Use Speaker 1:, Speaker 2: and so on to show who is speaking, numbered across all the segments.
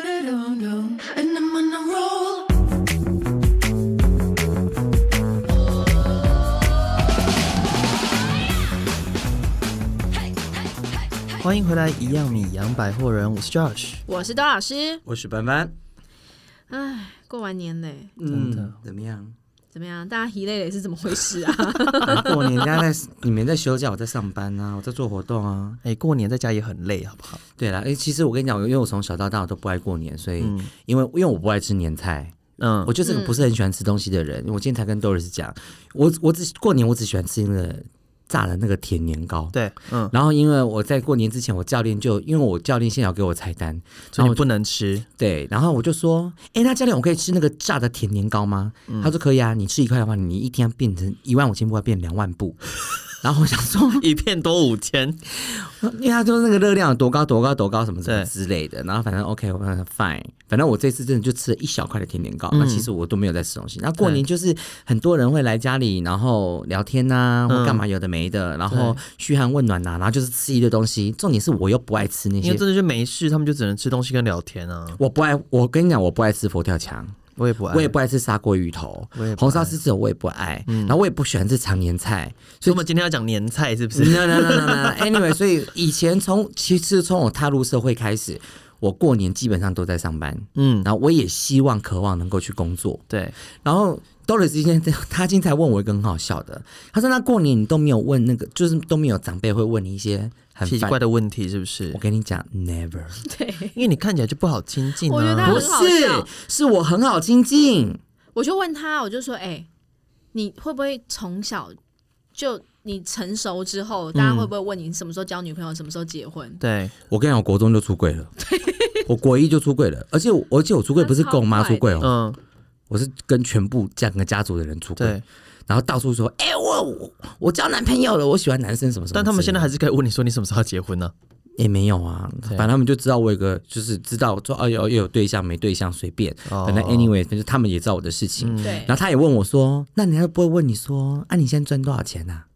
Speaker 1: And I'm on a roll.
Speaker 2: 欢迎回来，一样米阳百货人，我是 Josh。
Speaker 3: 我是周老师。
Speaker 4: 我是班班，
Speaker 3: 唉，过完年嘞，
Speaker 2: 真的
Speaker 4: 嗯怎么样？
Speaker 3: 怎么样？大家疲累累是怎么回事啊？
Speaker 2: 哎
Speaker 4: 过年大家在你们在休假，我在上班啊，我在做活动啊。
Speaker 2: 哎、过年在家也很累，好不好？
Speaker 4: 对啦，哎、其实我跟你讲，因为我从小到大我都不爱过年，所以、
Speaker 2: 嗯
Speaker 4: 因为因为我不爱吃年菜，
Speaker 2: 嗯
Speaker 4: 我，就是个不是很喜欢吃东西的人。我今天才跟 Doris 讲，我我只过年我只喜欢吃那个炸的那个甜年糕。
Speaker 2: 对，嗯，
Speaker 4: 然后因为我在过年之前，我教练就因为我教练现在有给我菜单，
Speaker 2: 所以
Speaker 4: 然后
Speaker 2: 你
Speaker 4: 我就
Speaker 2: 不能吃。
Speaker 4: 对，然后我就说，哎，那教练我可以吃那个炸的甜年糕吗？
Speaker 2: 嗯
Speaker 4: 他说可以啊，你吃一块的话，你一天要变成一万五千步，要变两万 步。然后我想说，
Speaker 2: 一片多五千，
Speaker 4: 因为他说那个热量有多高多高多高什么什么
Speaker 2: 对
Speaker 4: 之类的，然后反正 OK，我反正 fine，反正我这次真的就吃了一小块的甜点糕，那、
Speaker 2: 嗯
Speaker 4: 其实我都没有在吃东西。那过年就是很多人会来家里，然后聊天呐、
Speaker 2: 嗯
Speaker 4: 或干嘛有的没的，然后嘘寒问暖呐、然后就是吃一堆东西。重点是我又不爱吃那
Speaker 2: 因
Speaker 4: 些
Speaker 2: 为，真的就没事，他们就只能吃东西跟聊天啊。
Speaker 4: 我不爱，我跟你讲，我不爱吃佛跳墙。
Speaker 2: 我也不爱，
Speaker 4: 我也不爱吃砂锅鱼头
Speaker 2: 我也，不
Speaker 4: 红
Speaker 2: 爱嗯
Speaker 4: 烧狮子头我也不爱，然后我也不喜欢吃常年菜，
Speaker 2: 所以我们今天要讲年菜，是不是？
Speaker 4: no no no no no。Anyway，所以以前从其实从我踏入社会开始，我过年基本上都在上班，
Speaker 2: 嗯，
Speaker 4: 然后我也希望渴望能够去工作。
Speaker 2: 对，
Speaker 4: 然后 Doris 今天他今天才问我一个很好笑的，他说那过年你都没有问那个，就是都没有长辈会问你一些很
Speaker 2: 奇
Speaker 4: 烦
Speaker 2: 怪。的问题是不是
Speaker 4: 我？跟你讲，never
Speaker 3: 对，
Speaker 2: 因为你看起来就不好亲近啊。
Speaker 3: 我觉得他
Speaker 4: 不
Speaker 3: 很好笑
Speaker 4: 是，是我很好亲近。
Speaker 3: 我就问他，我就说，哎、你会不会从小就你成熟之
Speaker 4: 嗯
Speaker 3: 后，大家会不会问你什么时候交女朋友，什么时候结婚？
Speaker 2: 对，
Speaker 4: 我跟你讲，我国中就出柜了， 我国一就出柜了，而且我而且我出柜不是跟我妈出柜哦，
Speaker 2: 嗯，
Speaker 4: 我是跟全部整个家族的人出柜。
Speaker 2: 对。
Speaker 4: 然后到处说，哎、我我我交男朋友了，我喜欢男生什么什么之类的。
Speaker 2: 但他们现在还是可以问你说你什么时候要结婚呢？
Speaker 4: 也、没有啊，
Speaker 2: 对
Speaker 4: 反正他们就知道我有个，就是知道说，哎呦，又有对象没对象随便，
Speaker 2: 哦嗯
Speaker 4: 反正 anyway，反正他们也知道我的事情。
Speaker 3: 对
Speaker 4: 然后嗯他也问我说，那人家不会问你说，啊，你现在赚多少钱啊？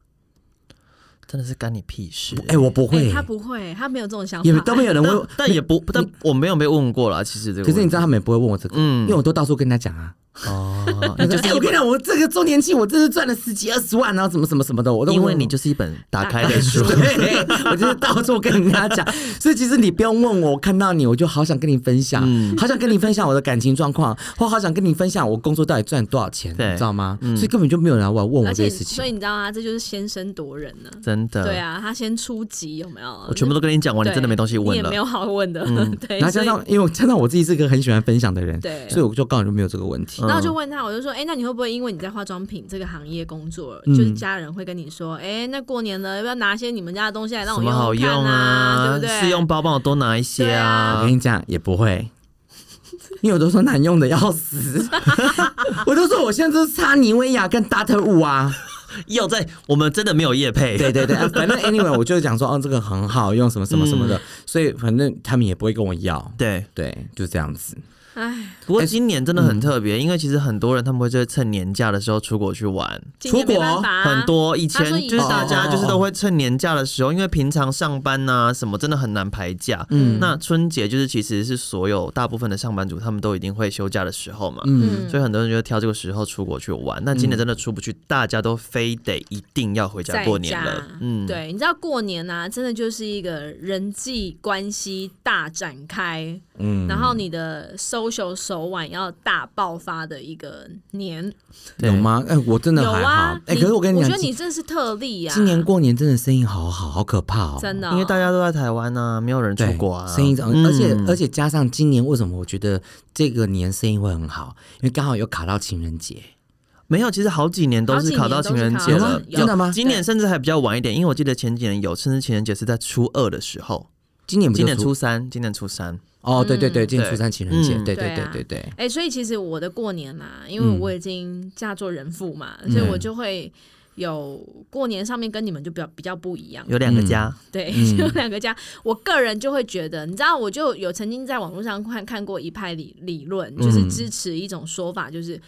Speaker 2: 真的是干你屁事。
Speaker 4: 哎、我不会、
Speaker 3: 哎他不会，他没有这种想法，
Speaker 4: 也都没 有人问
Speaker 2: 但。但也不，但我没有被问过啦。其实这个
Speaker 4: 可
Speaker 2: 问题，
Speaker 4: 是你知道他们也不会问我这个，
Speaker 2: 嗯
Speaker 4: 因为我都到处跟他讲啊。
Speaker 2: 哦，
Speaker 4: 他说哎我跟你讲，我这个周年庆，我真是赚了十几二十万，然后怎么什么什么的，我都
Speaker 2: 因为你
Speaker 4: 就。
Speaker 2: 就是一本打开的书。
Speaker 4: 对，我就是到处跟人家讲，所以其实你不用问我，我看到你我就好想跟你分享，好想跟你分享我的感情状况，或好想跟你分享我工作到底赚多少钱，你
Speaker 2: 对
Speaker 4: 知道吗？所以根本就没有人来问我
Speaker 3: 而
Speaker 4: 这
Speaker 3: 且
Speaker 4: 些事
Speaker 3: 所以
Speaker 4: 情。嗯
Speaker 3: 你知道吗？这就是先声夺人呢、
Speaker 2: 真的，
Speaker 3: 对，啊，他先出击有没有？
Speaker 2: 我全部都跟你讲完，
Speaker 3: 对
Speaker 2: 你真的没东西问
Speaker 3: 你也
Speaker 2: 了
Speaker 3: 没。有好问的。 对，
Speaker 4: 然后嗯加
Speaker 3: 所以
Speaker 4: 上，因为我加上我自己是个很喜欢分享的人，
Speaker 3: 对
Speaker 4: 所以我就刚好就没有这个问题。
Speaker 3: 然后就问他，我就说，哎、那你会不会因为你在化妆品这个行业工作，
Speaker 4: 嗯
Speaker 3: 就是家人会跟你说，哎、那过年了，要不要拿一些你们家的东西来让
Speaker 2: 什
Speaker 3: 我
Speaker 2: 么
Speaker 3: 用
Speaker 2: 好
Speaker 3: 用看
Speaker 2: 用
Speaker 3: 啊？对不对？
Speaker 2: 试用包帮我多拿一些
Speaker 4: 我
Speaker 2: 啊
Speaker 4: 跟！你讲，也不会。因为我都说难用的要死，我都说我现在就是擦妮维雅跟 Dart 五啊，
Speaker 2: 又在我们真的没有业配，
Speaker 4: 对对对，啊反正 anyway 我就讲说，哦，这个很好用，什么什么什
Speaker 2: 嗯
Speaker 4: 么的，所以反正他们也不会跟我要，
Speaker 2: 对。
Speaker 4: 对，就这样子。
Speaker 3: 哎，
Speaker 2: 不过今年真的很特别，因为其实很多人他们会就会趁年假的时候出国去玩，
Speaker 3: 今年
Speaker 4: 出国
Speaker 3: 没办法啊、
Speaker 2: 很多以前
Speaker 3: 他说以
Speaker 2: 就是大家
Speaker 4: 前
Speaker 2: 就是都会趁年假的时候，因为平常上班呐、什么真的很难排假。嗯，那春节就是其实是所有大部分的上班族他们都一定会休假的时候嘛。
Speaker 3: 嗯，
Speaker 2: 所以很多人就会挑这个时候出国去玩，那今年真的出不去，大家都非得一定要回家
Speaker 3: 在
Speaker 2: 过年
Speaker 3: 家
Speaker 2: 了。嗯，，
Speaker 3: 对，你知道过年啊，真的就是一个人际关系大展开，
Speaker 4: 嗯，
Speaker 3: 然后你的 social 手腕要大爆发的一个年。
Speaker 2: 对
Speaker 4: 有吗？哎、我真的
Speaker 3: 有
Speaker 4: 还好。
Speaker 3: 啊，
Speaker 4: 哎、可是我跟你
Speaker 3: 我
Speaker 4: 讲，
Speaker 3: 觉得你
Speaker 4: 今
Speaker 3: 真的是特例啊，
Speaker 4: 今年过年真的生意好好，好可怕哦。
Speaker 3: 真的哦、
Speaker 2: 因为大家都在台湾啊，没有人出
Speaker 4: 对，
Speaker 2: 国啊，
Speaker 4: 生意涨，而且、
Speaker 2: 嗯
Speaker 4: 而且加上今年为什么我觉得这个年生意会很好？因为刚好有卡到情人节。
Speaker 2: 没有，其实好几年都是考到情人节了
Speaker 4: 好几，年都是考到情人节
Speaker 2: 有
Speaker 4: 真的吗
Speaker 2: 今年甚至还比较晚一点，因为我记得前几年有，甚至情人节是在初二的时候，
Speaker 4: 今年不就
Speaker 2: 今年初三，今年初三，
Speaker 4: 哦，对对对，
Speaker 3: 嗯
Speaker 4: 今年初三情人节，
Speaker 2: 嗯
Speaker 4: 对对
Speaker 3: 对
Speaker 4: 对
Speaker 3: 啊
Speaker 4: 对对，
Speaker 3: 哎、所以其实我的过年嘛，因为我
Speaker 4: 嗯
Speaker 3: 已经嫁做人妇嘛，所以我就会有过年上面跟你们就比较比较不一样。
Speaker 2: 有
Speaker 4: 嗯
Speaker 2: 两个家，
Speaker 3: 对， 就两个家，我个人就会觉得，你知道，我就有曾经在网络上看看过一派理理论，
Speaker 4: 嗯
Speaker 3: 就是支持一种说法，就是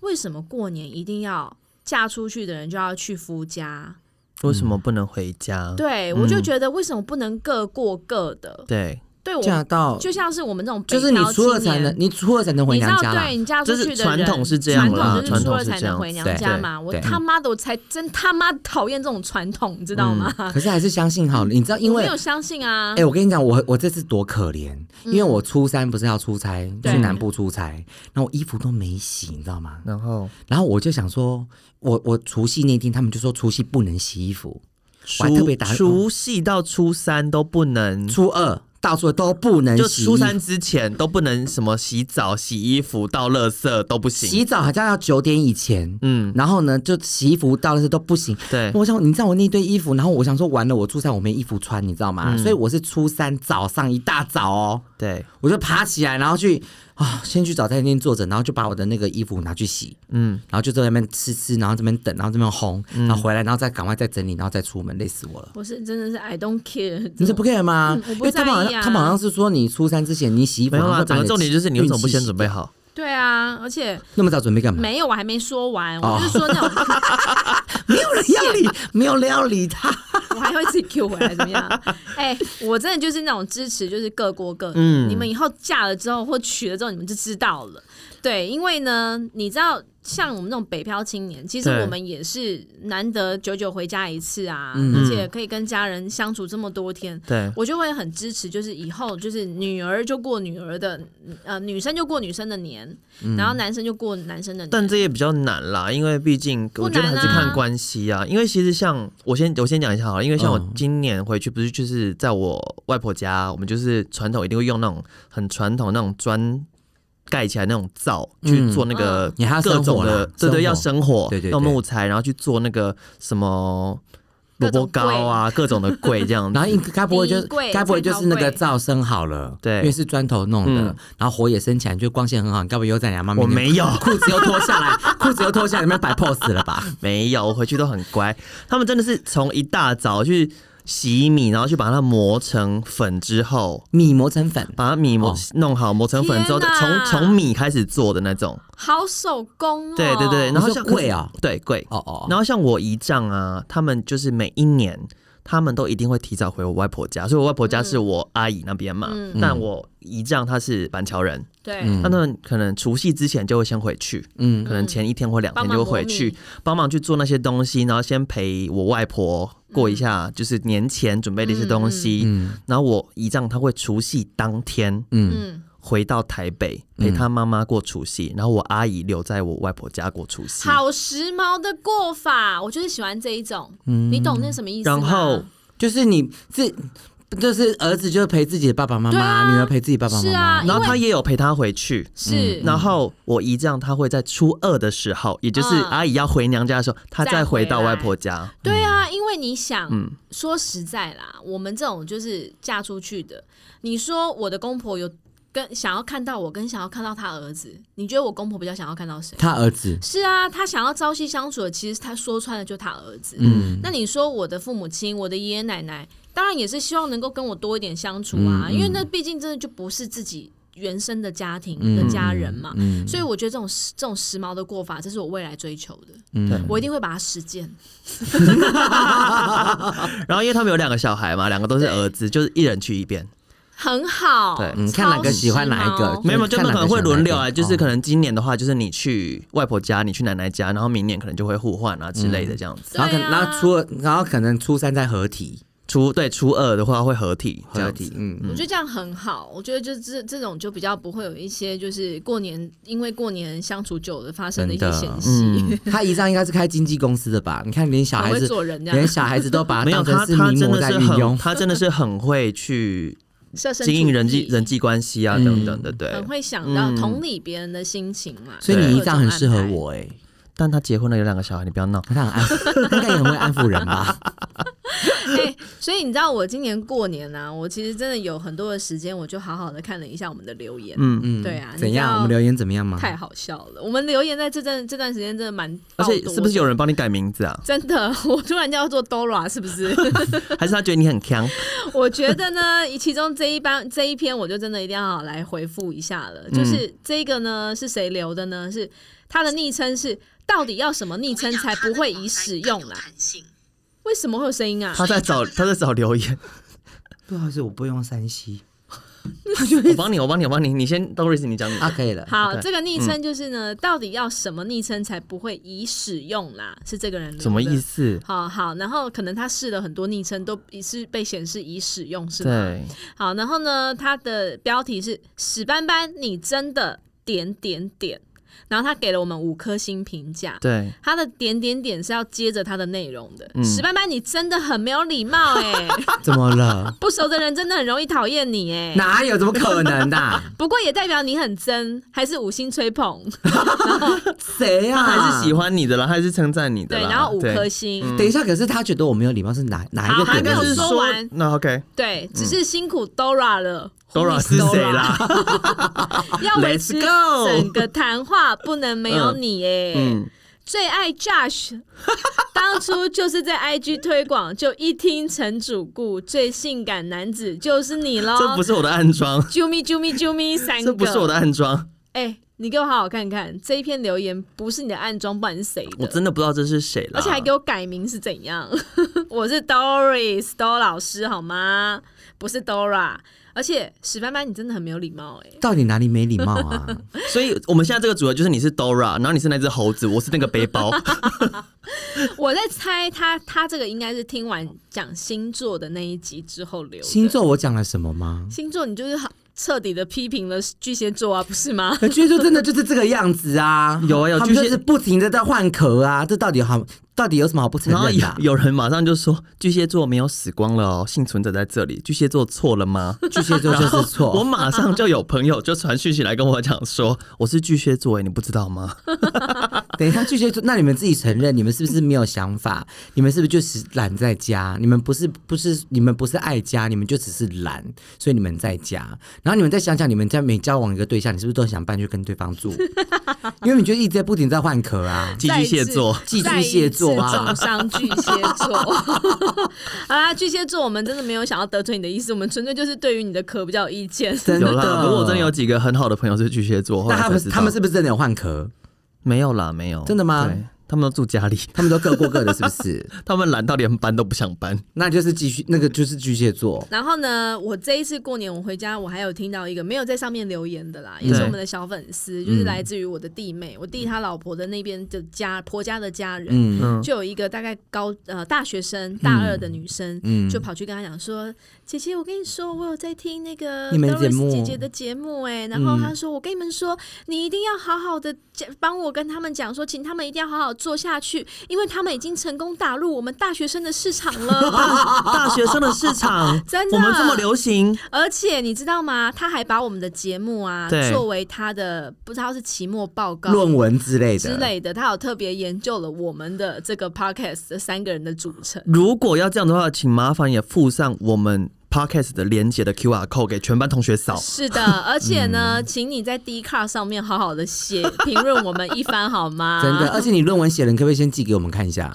Speaker 3: 为什么过年一定要嫁出去的人就要去夫家，
Speaker 2: 为什
Speaker 4: 嗯
Speaker 2: 么不能回家？
Speaker 3: 对，我就觉得为什么不能各过各的？
Speaker 2: 对，
Speaker 3: 对我
Speaker 4: 嫁到
Speaker 3: 就像是我们这种北
Speaker 4: 就是你
Speaker 3: 漂
Speaker 4: 初二
Speaker 3: 青
Speaker 4: 才
Speaker 3: 年
Speaker 4: 能，你初二才能回
Speaker 3: 你知
Speaker 4: 娘
Speaker 3: 道，
Speaker 4: 家啦
Speaker 3: 对。你嫁出
Speaker 2: 就是
Speaker 3: 去的
Speaker 2: 传
Speaker 3: 人，
Speaker 2: 统是这样啦
Speaker 3: 传统就是初
Speaker 2: 传统是
Speaker 3: 二才
Speaker 2: 这样
Speaker 3: 能回娘家嘛。
Speaker 2: 对
Speaker 3: 我
Speaker 2: 对嗯
Speaker 3: 他妈的，我才真他妈讨厌这种传统，你知道吗？
Speaker 4: 可是还是相信好了，你知道，因
Speaker 3: 我
Speaker 4: 为
Speaker 3: 没有相信啊嗯
Speaker 4: 哎、。我跟你讲，我我这次多可怜，因为我初三不是要出差，
Speaker 3: 对
Speaker 4: 去南部出差，然后我衣服都没洗，你知道吗？
Speaker 2: 然后
Speaker 4: 然后我就想说，我我除夕那天，他们就说除夕不能洗衣服，我还特别
Speaker 2: 除
Speaker 4: 打嗯
Speaker 2: 除夕到初三都不能，
Speaker 4: 初二到处都不能
Speaker 2: 就
Speaker 4: 洗衣服，
Speaker 2: 初三之前都不能什么洗澡、洗衣服、倒垃圾都不行。
Speaker 4: 洗澡好像要九点以前，嗯
Speaker 2: 嗯，
Speaker 4: 然后呢就洗衣服到那些都不行。
Speaker 2: 对
Speaker 4: 我想你知道我那堆衣服，然后我想说完了，我初三我没衣服穿，你知道吗？
Speaker 2: 嗯
Speaker 4: 所以我是初三早上一大早哦，
Speaker 2: 对，
Speaker 4: 我就爬起来，然后去啊、先去早餐店坐着，然后就把我的那个衣服拿去洗，
Speaker 2: 嗯，
Speaker 4: 然后就在那边吃吃，然后这边等，然后这边烘，然后回来，然后再赶快再整理，然后再出门，累死我了。
Speaker 3: 我是真的是 I don't care，
Speaker 4: 你是不 care 吗？
Speaker 3: 嗯我
Speaker 4: 因
Speaker 3: 不
Speaker 4: 为他们好
Speaker 3: 在意
Speaker 4: 像
Speaker 3: 啊
Speaker 4: 他们好像是说你初三之前你洗衣服，
Speaker 2: 没有
Speaker 4: 然后
Speaker 2: 啦。
Speaker 4: 会把
Speaker 2: 整个
Speaker 4: 的
Speaker 2: 重点就是你为什么不
Speaker 4: 运气
Speaker 2: 先准备好？
Speaker 3: 对啊，而且
Speaker 4: 那么早准备干嘛？
Speaker 3: 没有，我还没说完，
Speaker 4: 哦
Speaker 3: 我就是说那种
Speaker 4: 没有人要理， 没有人要理他。
Speaker 3: 我还会自己 Q 回来怎么样？哎，我真的就是那种支持，就是各过各的。
Speaker 2: 嗯
Speaker 3: 你们以后嫁了之后或娶了之后，你们就知道了。对，因为呢，你知道，像我们这种北漂青年，其实
Speaker 2: 对
Speaker 3: 我们也是难得久久回家一次啊，
Speaker 4: 嗯
Speaker 3: 而且可以跟家人相处这么多天。
Speaker 2: 对，
Speaker 3: 我就会很支持，就是以后就是女儿就过女儿的，呃，女生就过女生的年，然后男生就过男生的年。
Speaker 2: 嗯但这也比较难啦，因为毕竟
Speaker 3: 不
Speaker 2: 我觉得
Speaker 3: 难
Speaker 2: 还
Speaker 3: 啊
Speaker 2: 是看关系啊。因为其实像我先我先讲一下好了，因为
Speaker 4: 嗯
Speaker 2: 像我今年回去不是就是在我外婆家，我们就是传统一定会用那种很传统那种砖。盖起来那种灶去做
Speaker 3: 嗯
Speaker 2: 那个
Speaker 4: 你还要
Speaker 2: 各
Speaker 4: 生火
Speaker 2: 种
Speaker 4: 啦
Speaker 2: 的，对
Speaker 4: 生火
Speaker 2: 对，要生火，
Speaker 4: 对对对
Speaker 2: 用木材，然后去做那个什么萝卜糕啊，各种的柜这样子
Speaker 4: 然。后应该不 会就
Speaker 3: 衣柜
Speaker 4: 该不会就是那个
Speaker 3: 菜刀柜
Speaker 4: 噪声好了，
Speaker 2: 对
Speaker 4: 因为是砖头弄的
Speaker 2: 嗯，
Speaker 4: 然后火也升起来，就光线很好。你该不会又在你妈妈
Speaker 2: 我
Speaker 4: 面前
Speaker 2: 没有，
Speaker 4: 裤子又脱下来，裤子又脱下来，你们摆 pose 了吧？
Speaker 2: 没有，我回去都很乖。他们真的是从一大早去洗米，然后去把它磨成粉之后，
Speaker 4: 米磨成粉，
Speaker 2: 把米磨、
Speaker 4: 哦
Speaker 2: 弄好，磨成粉之后，
Speaker 3: 天哪
Speaker 2: 从从米开始做的那种。
Speaker 3: 好手工哦，
Speaker 2: 对对对，然后像
Speaker 4: 你说贵哦
Speaker 2: 对贵。
Speaker 4: 哦哦，
Speaker 2: 然后像我姨丈啊，他们就是每一年，他们都一定会提早回我外婆家，所以我外婆家是我阿姨那边嘛。
Speaker 3: 嗯
Speaker 2: 但我姨丈他是板桥人，
Speaker 3: 对，
Speaker 4: 嗯
Speaker 2: 那他们可能除夕之前就会先回去，
Speaker 4: 嗯
Speaker 2: 可能前一天或两天就会回去帮
Speaker 3: 帮忙
Speaker 2: 忙去做那些东西，然后先陪我外婆过一下，
Speaker 3: 嗯
Speaker 2: 就是年前准备的一些东西。
Speaker 4: 嗯
Speaker 2: 然后我姨丈他会除夕当天
Speaker 4: 嗯，
Speaker 3: 嗯，
Speaker 2: 回到台北陪他妈妈过除夕，然后我阿姨留在我外婆家过除夕。
Speaker 3: 好时髦的过法，我就是喜欢这一种，你懂那什么意思吗？
Speaker 2: 嗯然后
Speaker 4: 就是你自就是儿子就是陪自己的爸爸妈
Speaker 3: 对
Speaker 4: 妈，
Speaker 3: 啊
Speaker 4: 女儿陪自己爸爸妈
Speaker 3: 是啊
Speaker 4: 妈
Speaker 3: 因。
Speaker 2: 然后
Speaker 3: 为
Speaker 2: 他也有陪他回去。
Speaker 3: 是，
Speaker 2: 然后我姨丈他会在初二的时候，也就是
Speaker 3: 嗯
Speaker 2: 阿姨要回娘家的时候，他
Speaker 3: 再
Speaker 2: 再
Speaker 3: 回
Speaker 2: 回到外
Speaker 3: 来
Speaker 2: 婆家。
Speaker 3: 对啊，因为你想，
Speaker 2: 嗯
Speaker 3: 说实在啦，我们这种就是嫁出去的，你说我的公婆有跟想要看到我，跟想要看到他儿子，你觉得我公婆比较想要看到谁？
Speaker 4: 他儿子，
Speaker 3: 是啊，他想要朝夕相处的，其实他说穿了就他儿子。
Speaker 4: 嗯，
Speaker 3: 那你说我的父母亲，我的爷爷奶奶，当然也是希望能够跟我多一点相处啊，
Speaker 4: 嗯嗯
Speaker 3: 因为那毕竟真的就不是自己原生的家庭的家人嘛。
Speaker 4: 嗯
Speaker 3: 所以我觉得这种时这种时髦的过法，这是我未来追求的，
Speaker 4: 嗯，
Speaker 3: 我一定会把它实践。
Speaker 2: 然后因为他们有两个小孩嘛，两个都是儿
Speaker 3: 嗯
Speaker 2: 子，就是一人去一边。
Speaker 3: 很好，
Speaker 2: 对
Speaker 4: 嗯看哪个喜欢哪一个
Speaker 3: 超时髦
Speaker 2: 没有，就
Speaker 4: 看
Speaker 2: 那
Speaker 4: 哪
Speaker 2: 可
Speaker 4: 个
Speaker 2: 能会
Speaker 4: 小孩
Speaker 2: 轮流啊，
Speaker 4: 更
Speaker 2: 就是
Speaker 4: 哦
Speaker 2: 可能今年的话，就是你去外婆家，你去奶奶家，然后明年可能就会互换啊之类的这样子。
Speaker 4: 然后可
Speaker 3: 对
Speaker 4: 能
Speaker 3: 啊
Speaker 4: 然后初二，然后可能初三再合体，
Speaker 2: 初对初二的话会合体，这
Speaker 4: 合
Speaker 2: 样
Speaker 4: 体
Speaker 2: 子，。
Speaker 4: 嗯，
Speaker 3: 我觉得这样很好。我觉得就这这种就比较不会有一些就是过年因为过年相处久了发生的一些
Speaker 4: 真的嗯
Speaker 3: 嫌隙，
Speaker 4: 他姨丈应该是开经纪公司的吧？你看，连小
Speaker 3: 很
Speaker 4: 孩
Speaker 3: 会
Speaker 4: 子，
Speaker 3: 做人这
Speaker 4: 连
Speaker 3: 样。
Speaker 4: 小孩子都 把
Speaker 2: 没
Speaker 4: 它
Speaker 2: 有
Speaker 4: 当
Speaker 2: 他，
Speaker 4: 成是
Speaker 2: 他
Speaker 4: 名
Speaker 2: 真
Speaker 4: 模
Speaker 2: 的
Speaker 4: 在
Speaker 2: 是
Speaker 4: 运用
Speaker 2: 很，。他真的是很会去
Speaker 3: 设身
Speaker 2: 经
Speaker 3: 处
Speaker 2: 营人际
Speaker 3: 地
Speaker 2: 人际关系啊等等的，对
Speaker 3: 很。会想到
Speaker 2: 嗯
Speaker 3: 同理别人的心情嘛。
Speaker 4: 所以你
Speaker 3: 会
Speaker 4: 姨
Speaker 3: 有这
Speaker 4: 丈
Speaker 3: 种
Speaker 4: 很适合
Speaker 3: 安排。
Speaker 4: 我哎，
Speaker 2: 但他结婚了有两个小孩，你不要闹。
Speaker 4: 他很安，他应该也很会安抚人吧？
Speaker 3: 哎，所以你知道我今年过年啊，我其实真的有很多的时间，我就好好的看了一下我们的留言。
Speaker 2: 嗯，
Speaker 4: 嗯，
Speaker 3: 对啊你
Speaker 4: 怎
Speaker 3: 知
Speaker 4: 样？
Speaker 3: 道
Speaker 4: 我们留言怎么样吗？
Speaker 3: 太好笑了！我们留言在这段这段时间真的蛮爆
Speaker 2: 而
Speaker 3: 多的，？
Speaker 2: 且是不是有人帮你改名字啊
Speaker 3: 真的？我突然叫做 Dora，是不是？
Speaker 2: 还是他觉得你很强？
Speaker 3: 我觉得呢，其中这一班这一篇，我就真的一定要好好来回复一下了。
Speaker 2: 嗯
Speaker 3: 就是这个呢，是谁留的呢？是他的昵称是到底要什么昵称才不会已使用啦？啊为什么会有声音啊？
Speaker 2: 他在 找他在找留言，
Speaker 4: 不好意思，我不用三 C
Speaker 2: 我帮你，我帮你，我帮你，你先都 o r 你 讲你
Speaker 4: 啊，可以了。
Speaker 3: 好，
Speaker 2: OK，
Speaker 3: 这个昵称就是呢，到底要什么昵称才不会已使用啦？是这个人留的
Speaker 2: 什么意？思？
Speaker 3: 好好，然后可能他试了很多昵称，都是被显示已使用，是吗？
Speaker 2: 对，
Speaker 3: 好，然后呢，他的标题是“史斑斑，你真的点点点”，然后他给了我们五颗星评价。
Speaker 2: 对，
Speaker 3: 他的点点点是要接着他的内容的。
Speaker 2: 嗯
Speaker 3: 史斑斑，你真的很没有礼貌哎、
Speaker 4: 怎么了？
Speaker 3: 不熟的人真的很容易讨厌你哎、
Speaker 4: 哪有？怎么可能啊的、
Speaker 3: 不过也代表你很真，还是五星吹捧，
Speaker 4: 谁呀、
Speaker 2: 他
Speaker 4: 啊？
Speaker 2: 还是喜。欢你的啦，他还是称赞你的
Speaker 3: 对，
Speaker 2: 啦，
Speaker 3: 然后五 颗
Speaker 2: 对
Speaker 3: 星，
Speaker 4: 等一下，可是他觉得我没有礼貌是哪哪一
Speaker 3: 好
Speaker 4: 个
Speaker 3: 还
Speaker 4: 点
Speaker 3: 没
Speaker 4: 的
Speaker 3: 有
Speaker 4: 礼
Speaker 2: 是
Speaker 4: 貌？
Speaker 3: 说完
Speaker 2: 那 OK。
Speaker 3: 对，只是辛苦 Dora 了。
Speaker 2: 嗯 Dora 是谁啦？
Speaker 3: 要维
Speaker 2: Let's
Speaker 3: 持
Speaker 2: go
Speaker 3: 整个谈话，不能没有你欸耶。
Speaker 2: 嗯，
Speaker 3: 最爱 Josh，当初就是在 IG 推广，就一听成主顾，最性感男子就是你喽。
Speaker 2: 这不是我的暗装，
Speaker 3: 啾咪啾咪啾咪三个，
Speaker 2: 这不是我的暗装，
Speaker 3: 哎、你给我好好看看这一篇留言，不是你的暗装，不然是谁
Speaker 2: 我
Speaker 3: 的？
Speaker 2: 真的不知道这是谁了。
Speaker 3: 而且还给我改名是怎样？ 我是 Doris 多老师好吗？不是 Dora。而且史班班，你真的很没有礼貌 哎、
Speaker 4: 到底哪里没礼貌 啊？
Speaker 2: 所以我们现在这个组合就是你是 Dora，然后你是那只猴子，我是那个背 包。
Speaker 3: 我在猜他，他这个应该是听完讲星座的那一集之后留的
Speaker 4: 星，座我讲了什么吗？
Speaker 3: 星座你就是好彻底的批评了巨蟹座啊，不是吗？
Speaker 4: 可巨蟹座真的就是这个样子啊，
Speaker 2: 有啊有
Speaker 4: 他们
Speaker 2: 巨蟹
Speaker 4: 就是不停的在换壳啊，这到底好，到底有什么好不承
Speaker 2: 然后
Speaker 4: 认
Speaker 2: 有
Speaker 4: 的啊？
Speaker 2: 有人马上就说巨蟹座没有死光了哦，幸存者在这里。巨蟹座错了吗？
Speaker 4: 巨蟹座就是
Speaker 2: 我
Speaker 4: 错，
Speaker 2: 马上就有朋友就传讯息来跟我讲说我是巨蟹座，哎，你不知道 吗？
Speaker 4: 等一下巨蟹座，那你们自己承认，你们是不是没有想法？你们是不是就是懒在家？你们不是不是你们不是爱家，你们就只是懒，所以你们在家。然后你们再想想，你们在每交往一个对象，你是不是都很想搬去跟对方住？ 因为你就一直在不停在换壳啊。
Speaker 2: 寄巨蟹座，
Speaker 4: 寄巨蟹座啊
Speaker 3: 再一次重伤巨蟹座。 好啦，巨蟹座，我们真的没有想要得罪你的意思，我们纯粹就是对于你的壳比较有意见。
Speaker 4: 真的
Speaker 2: 有啦。不过我真的有几个很好的朋友是巨蟹座，后
Speaker 4: 那
Speaker 2: 来
Speaker 4: 他
Speaker 2: 哦才
Speaker 4: 们
Speaker 2: 知道
Speaker 4: 他们是不是真的有换壳？
Speaker 2: 没有啦，没有，
Speaker 4: 真的吗
Speaker 2: 对他们都住家里，
Speaker 4: 他们都各过各的，是 不是？
Speaker 2: 他们懒到连搬都不想搬。
Speaker 4: 那就是继续，那个就是巨蟹座。
Speaker 3: 然后呢，我这一次过年我回家，我还有听到一个没有在上面留言的啦，也是
Speaker 2: 对
Speaker 3: 我们的小粉丝，
Speaker 4: 嗯
Speaker 3: 就是来自于我的弟妹，我弟他老婆的那边的家婆家的家人，
Speaker 4: 嗯，
Speaker 2: 嗯，
Speaker 3: 就有一个大概高呃大学生大二的女生，
Speaker 4: 嗯
Speaker 3: 就跑去跟她讲说：“姐姐，我跟你说，我有在听那个
Speaker 4: 你们节
Speaker 3: Doris
Speaker 4: 目
Speaker 3: 姐姐的节目哎、然后她说：“我跟你们说，你一定要好好的帮我跟他们讲说，请他们一定要好好做下去，因为他们已经成功打入我们大学生的市场了。，
Speaker 2: 大学生的市场
Speaker 3: 真的
Speaker 4: 啊
Speaker 2: 我们这么流行，
Speaker 3: 而且你知道吗？她还把我们的节目啊
Speaker 2: 对
Speaker 3: 作为她的不知道是期末报告。”
Speaker 4: 论文之类
Speaker 3: 之
Speaker 4: 的。
Speaker 3: 类的，她有特别研究了我们的这个 podcast 的三个人的组成，
Speaker 2: 如果要这样的话，请麻烦也附上我们 podcast 的连接的 QR code 给全班同学扫。
Speaker 3: 是的，而且呢，
Speaker 2: 嗯
Speaker 3: 请你在 d 卡上面好好的写 评论我们一番好吗？
Speaker 4: 真
Speaker 2: 啊
Speaker 4: 的，而且你论文写了，你可不可以先寄给我们看 一下？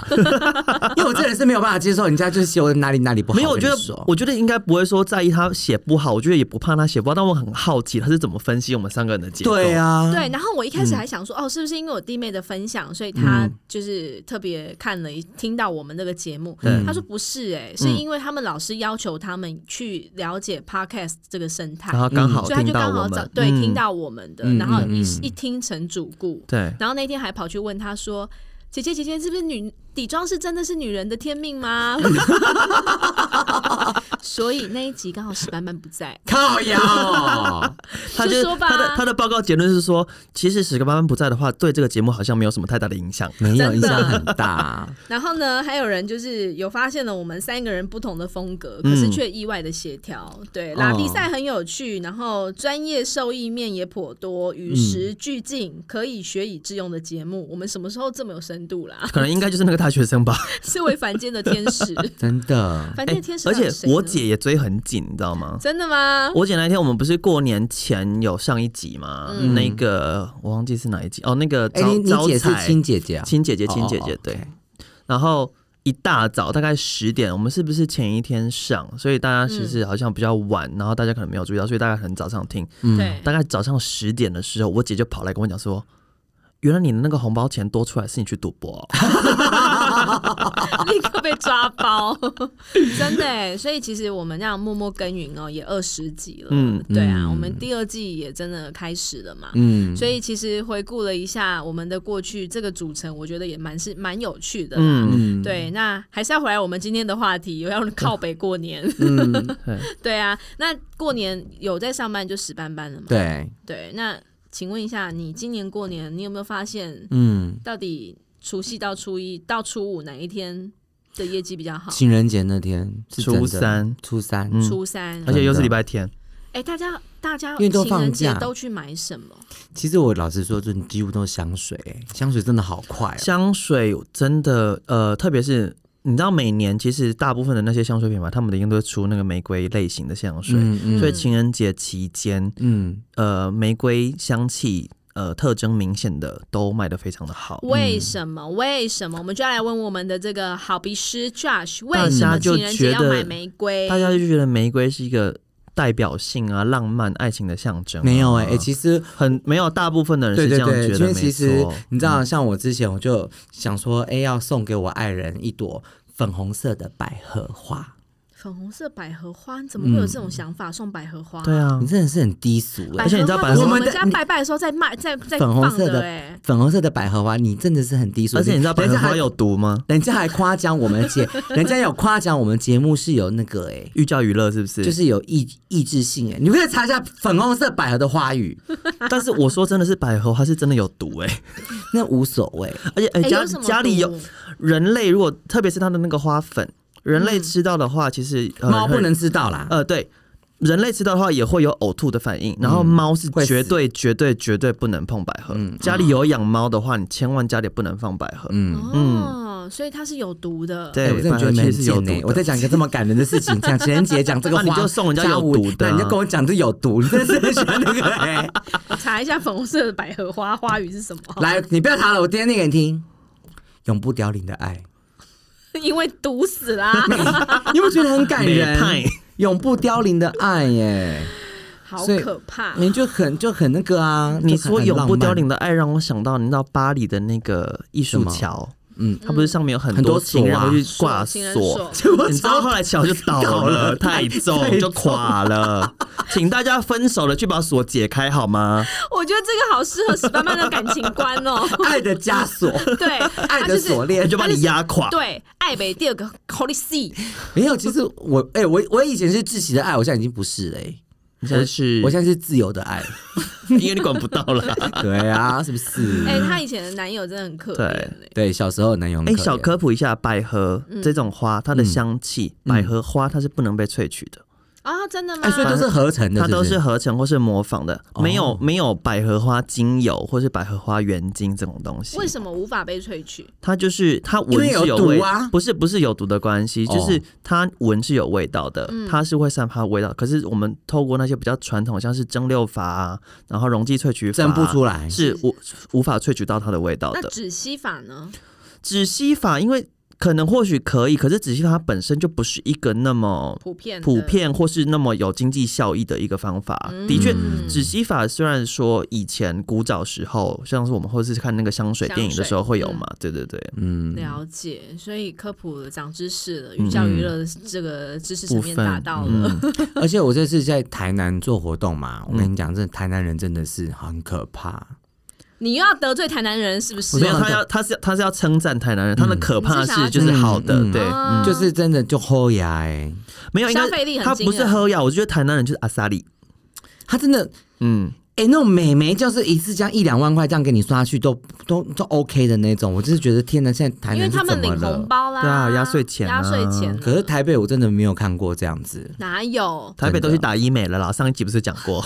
Speaker 4: 因为我这人是没有办法接受人家就是写我哪里哪里不好。
Speaker 2: 没有，我
Speaker 4: 我
Speaker 2: 觉
Speaker 4: 跟
Speaker 2: 得
Speaker 4: 你说
Speaker 2: 我觉得应该不会说在意他写不好，我觉得也不怕他写不好，但我很好奇他是怎么分析我们三个人的结构。
Speaker 4: 对啊，
Speaker 3: 对，然后我一开始还想说，
Speaker 2: 嗯
Speaker 3: 哦，是不是因为我弟妹的分享，所以她就是特别看了一听到我们这个节目？
Speaker 2: 对嗯
Speaker 3: 她说不是、哎，是因为他们老师要求他们去了解 podcast 这个生态
Speaker 2: 然，后刚好
Speaker 3: 所以他
Speaker 2: 听
Speaker 3: 就
Speaker 2: 到
Speaker 3: 刚
Speaker 2: 我
Speaker 3: 好找
Speaker 2: 们，
Speaker 3: 对
Speaker 2: 嗯
Speaker 3: 听到我们的，
Speaker 4: 嗯
Speaker 3: 然后一
Speaker 4: 嗯嗯
Speaker 3: 一听成主顾，
Speaker 2: 对，
Speaker 3: 然后那天还跑去问她说。姐姐，姐姐，是不是女底妆是真的是女人的天 命吗？ 所以那一集刚好史班班不在，
Speaker 4: 靠 腰，
Speaker 2: 他
Speaker 3: 就是说吧
Speaker 2: 他的他的报告结论是说，其实史克班班不在的话，对这个节目好像没有什么太大的影响。
Speaker 4: 没有
Speaker 3: 真
Speaker 4: 影
Speaker 3: 的
Speaker 4: 响很大。
Speaker 3: 然后呢，还有人就是有发现了我们三个人不同的风格，可
Speaker 2: 嗯
Speaker 3: 是却意外的协调。对，
Speaker 2: 哦
Speaker 3: 拉力赛很有趣，然后专业受益面也颇多，与
Speaker 2: 嗯
Speaker 3: 时俱进，可以学以致用的节目。我们什么时候这么有深度啦？
Speaker 2: 可能应该就是那个大学生吧，
Speaker 3: 是为凡间的天 使，
Speaker 4: 真的，
Speaker 3: 凡间
Speaker 2: 哎
Speaker 3: 的天嗯使、
Speaker 2: 而且我姐也追很紧，你知道吗？
Speaker 3: 真的吗？
Speaker 2: 我姐那天我们不是过年前有上一集嘛？
Speaker 3: 嗯
Speaker 2: 那个我忘记是哪一集哦，那个
Speaker 4: 哎，
Speaker 2: 招
Speaker 4: 你你
Speaker 2: 招
Speaker 4: 姐是
Speaker 2: 财
Speaker 4: 亲姐姐啊？
Speaker 2: 亲姐姐，
Speaker 4: 哦
Speaker 2: 亲姐姐
Speaker 4: 哦
Speaker 2: 对
Speaker 4: OK。
Speaker 2: 然后一大早大概十点，我们是不是前一天上？所以大家其实好像比较晚，然后大家可能没有注意到，所以大家可能早上听。
Speaker 4: 嗯
Speaker 3: 对，
Speaker 2: 大概早上十点的时候，我姐就跑来跟我讲说：“原来你的那个红包钱多出来是你去赌博 哦、
Speaker 3: 立刻被抓包，真的欸。所以其实我们这样默默耕耘哦，也二十集了。
Speaker 2: 嗯
Speaker 3: 对啊，
Speaker 4: 嗯
Speaker 3: 我们第二季也真的开始了嘛。
Speaker 4: 嗯，
Speaker 3: 所以其实回顾了一下我们的过去，这个组成我觉得也蛮是蛮有趣的。嗯，
Speaker 2: 嗯，
Speaker 4: 嗯，
Speaker 3: 对，那还是要回来我们今天的话题，又要靠北过年。
Speaker 4: 嗯，
Speaker 2: 对，
Speaker 3: 对啊，那过年有在上班就死班班了嘛？
Speaker 4: 对，
Speaker 3: 对，那请问一下，你今年过年你有没有发现，
Speaker 4: 嗯，
Speaker 3: 到底除夕到初一到初五哪一天的业绩比较好？
Speaker 4: 情人节那天是真的
Speaker 2: 初三，
Speaker 4: 初三，
Speaker 2: 嗯
Speaker 3: 初三，
Speaker 2: 而且又是礼拜天，
Speaker 3: 哎、大家大家
Speaker 4: 因为都
Speaker 3: 情人节
Speaker 4: 放假
Speaker 3: 都去买什么？
Speaker 4: 其实我老实说，就几乎都是香水，欸香水真的好快哦。
Speaker 2: 香水真的，呃，特别是你知道，每年其实大部分的那些香水品牌，他们的应该都会出那个玫瑰类型的香水，
Speaker 4: 嗯嗯
Speaker 2: 所以情人节期间，
Speaker 4: 嗯，
Speaker 2: 呃，玫瑰香气。呃，特征明显的都卖的非常的好，
Speaker 3: 为什么？为什么？我们就要来问我们的这个好鼻师 Josh，为
Speaker 2: 大
Speaker 3: 什
Speaker 2: 家
Speaker 3: 么
Speaker 2: 就
Speaker 3: 情人节要
Speaker 2: 觉得
Speaker 3: 买玫瑰？
Speaker 2: 嗯大家就觉得玫瑰是一个代表性啊、浪漫、爱情的象征啊、
Speaker 4: 没有哎、欸其实
Speaker 2: 很没有，大部分的人
Speaker 4: 对
Speaker 2: 是这
Speaker 4: 对
Speaker 2: 样觉得，
Speaker 4: 对，因为其
Speaker 2: 没
Speaker 4: 实
Speaker 2: 错
Speaker 4: 你知道，像我之前我就想说，哎、要送给我爱人一朵粉红色的百合花。
Speaker 3: 粉红色百合花，你怎么会有这种想法？送百合花？
Speaker 2: 对啊
Speaker 4: 你，真的是很低俗
Speaker 3: 百
Speaker 4: 哎、
Speaker 3: 合花
Speaker 2: 而且你知道百合
Speaker 3: 不是我
Speaker 4: 我
Speaker 3: 们
Speaker 4: 们的
Speaker 3: 家拜拜的时候在卖，在在
Speaker 4: 粉红
Speaker 3: 放
Speaker 4: 色的
Speaker 3: 哎、
Speaker 4: 粉红色的百合花，你真的是很低俗。
Speaker 2: 而且你知道百合花有毒吗？
Speaker 4: 人家还，人家还夸奖我们 节，人家有夸奖我们节目是有那个哎、
Speaker 2: 寓教于乐是不是？
Speaker 4: 就，是有意意志性哎、你可以查一下粉红色百合的花语，
Speaker 2: 但是我说真的是百合花是真的有毒哎、
Speaker 4: 那无所谓。
Speaker 2: 而且哎、
Speaker 3: 哎
Speaker 2: 家
Speaker 3: 有什么
Speaker 2: 家里有
Speaker 3: 毒
Speaker 2: 人类，如果特别是它的那个花粉，人类吃到的话，其实呃
Speaker 4: 嗯猫不能吃到啦。
Speaker 2: 呃对。人类吃到的话也会有呕吐的反应，
Speaker 4: 嗯
Speaker 2: 然后猫是
Speaker 4: 会死
Speaker 2: 绝对、绝对、绝对不能碰百合。家里有养猫的话，你千万家里不能放百合。
Speaker 4: 嗯，
Speaker 3: 哦，所以它是有毒的。
Speaker 2: 对，
Speaker 4: 哎我真的觉
Speaker 2: 百合
Speaker 4: 得你
Speaker 2: 其
Speaker 4: 很
Speaker 2: 实是有
Speaker 4: 贱
Speaker 2: 毒
Speaker 4: 呢
Speaker 2: 的。。
Speaker 4: 我在讲一个这么感人的 事情，讲情人节讲这个
Speaker 2: 那
Speaker 4: 花，
Speaker 2: 你就送人家有
Speaker 4: 加五
Speaker 2: 毒的啊
Speaker 4: 那你就跟我讲这有毒，你真的是很喜欢那个哎、
Speaker 3: 我查一下粉红色的百合花花语是什么？
Speaker 4: 来，你不要查了，我今天念给你听，永不凋零的 爱。
Speaker 3: 因为毒死 啦、
Speaker 4: 你有没有觉得很感
Speaker 2: 美派
Speaker 4: 人？永不凋零的爱耶，
Speaker 3: 好
Speaker 4: 所以
Speaker 3: 可怕。
Speaker 4: 你就很就很那个啊。
Speaker 2: 啊你
Speaker 4: 就很
Speaker 2: 说永不凋，零
Speaker 4: 很浪
Speaker 2: 的爱，让我想到你知道巴黎的那个艺术桥，
Speaker 4: 嗯
Speaker 2: 它不是上面有很
Speaker 4: 很多
Speaker 2: 情人
Speaker 4: 锁啊
Speaker 2: 会去挂
Speaker 3: 情人 锁
Speaker 2: 锁，
Speaker 4: 结果
Speaker 2: 你知道后来桥就倒
Speaker 4: 倒
Speaker 2: 了，
Speaker 4: 了
Speaker 2: 太重就垮了，请大家分手了去把锁解开好吗？
Speaker 3: 我觉得这个好适合史班班的感情观 哦。
Speaker 4: 漫 爱的 枷锁，
Speaker 3: 对，
Speaker 4: 爱
Speaker 3: 它哎
Speaker 4: 的
Speaker 3: 就是
Speaker 4: 锁链
Speaker 2: 就把你压垮。
Speaker 3: 对，爱北第二个 Holy C，
Speaker 4: 没有。其实我哎、我我以前是窒息的爱，我现在已经不是了、欸。
Speaker 2: 你现在是，
Speaker 4: 我现在是自由的爱，
Speaker 2: 因为你管不到了。
Speaker 4: 对啊，是不是？
Speaker 3: 哎，她以前的男友真的很可怜哎。
Speaker 4: 对，小时候的男友很
Speaker 2: 哎，
Speaker 4: 可
Speaker 2: 小
Speaker 4: 怜
Speaker 2: 科普一下，百合这种花，它的香气，百合花它是不能被萃取的，
Speaker 3: 啊，真的吗
Speaker 4: 哎，？所以都是合成的，
Speaker 2: 它都
Speaker 4: 是
Speaker 2: 是
Speaker 4: 不
Speaker 2: 合成或是模仿的，
Speaker 4: 哦
Speaker 2: 没有没有百合花精油或是百合花原精这种东西。
Speaker 3: 为什么无法被萃取？
Speaker 2: 它就是它闻
Speaker 4: 因为
Speaker 2: 是
Speaker 4: 有毒
Speaker 2: 味
Speaker 4: 啊
Speaker 2: 不是不是有毒的关系，
Speaker 4: 哦
Speaker 2: 就是它闻是有味道的，
Speaker 3: 嗯
Speaker 2: 它是会散发味道。可是我们透过那些比较传统，像是蒸馏法啊，然后溶剂萃取法
Speaker 4: 蒸
Speaker 2: 啊，
Speaker 4: 不出来。
Speaker 2: 是无无法萃取到它的味道
Speaker 3: 那
Speaker 2: 的。
Speaker 3: 止哦吸法呢？
Speaker 2: 止吸法因为可能或许可以，可是止吸法它本身就不是一个那么
Speaker 3: 普遍的
Speaker 2: 普遍或是那么有经济效益的一个方法。
Speaker 3: 嗯
Speaker 2: 的确，止吸法虽然说以前古早时候，像是我们或是看那个香水
Speaker 3: 香
Speaker 2: 电影的时
Speaker 3: 水
Speaker 2: 候会有
Speaker 3: 嗯
Speaker 2: 嘛，对对对。
Speaker 4: 嗯，
Speaker 3: 了解，所以科普了长知识了，寓教于乐的这个知识层
Speaker 2: 部
Speaker 3: 面
Speaker 2: 分
Speaker 3: 达到了。
Speaker 2: 嗯、
Speaker 4: 而且我这次在台南做活动嘛，我
Speaker 3: 嗯
Speaker 4: 跟你讲，这台南人真的是很可怕。
Speaker 3: 你又要得罪台南人是不是
Speaker 2: 没有，
Speaker 4: 我说
Speaker 2: 他要他是他是要称赞台南人，他的可怕是就是好的，
Speaker 4: 嗯
Speaker 2: 对，
Speaker 3: 啊
Speaker 4: 就是真的就齁牙哎，
Speaker 2: 没有应
Speaker 3: 消
Speaker 2: 该
Speaker 3: 费力
Speaker 2: 他
Speaker 3: 很惊
Speaker 2: 不是
Speaker 3: 人。
Speaker 2: 喝药，我就觉得台南人就是阿萨利，
Speaker 4: 他真的
Speaker 2: 嗯，
Speaker 4: 哎、那种美眉就是一次这样一两万块这样给你刷去都都都 OK 的那种，我就是觉得天哪，现在台
Speaker 3: 因为
Speaker 4: 南是
Speaker 3: 他
Speaker 4: 怎
Speaker 3: 们
Speaker 4: 么
Speaker 3: 领红
Speaker 4: 了？
Speaker 3: 包啦，
Speaker 2: 对啊压岁钱啊
Speaker 3: 压岁钱啊。
Speaker 4: 可是台北我真的没有看过这样子，
Speaker 3: 哪有？
Speaker 2: 台北都去打医美了啦，上一集不是讲过，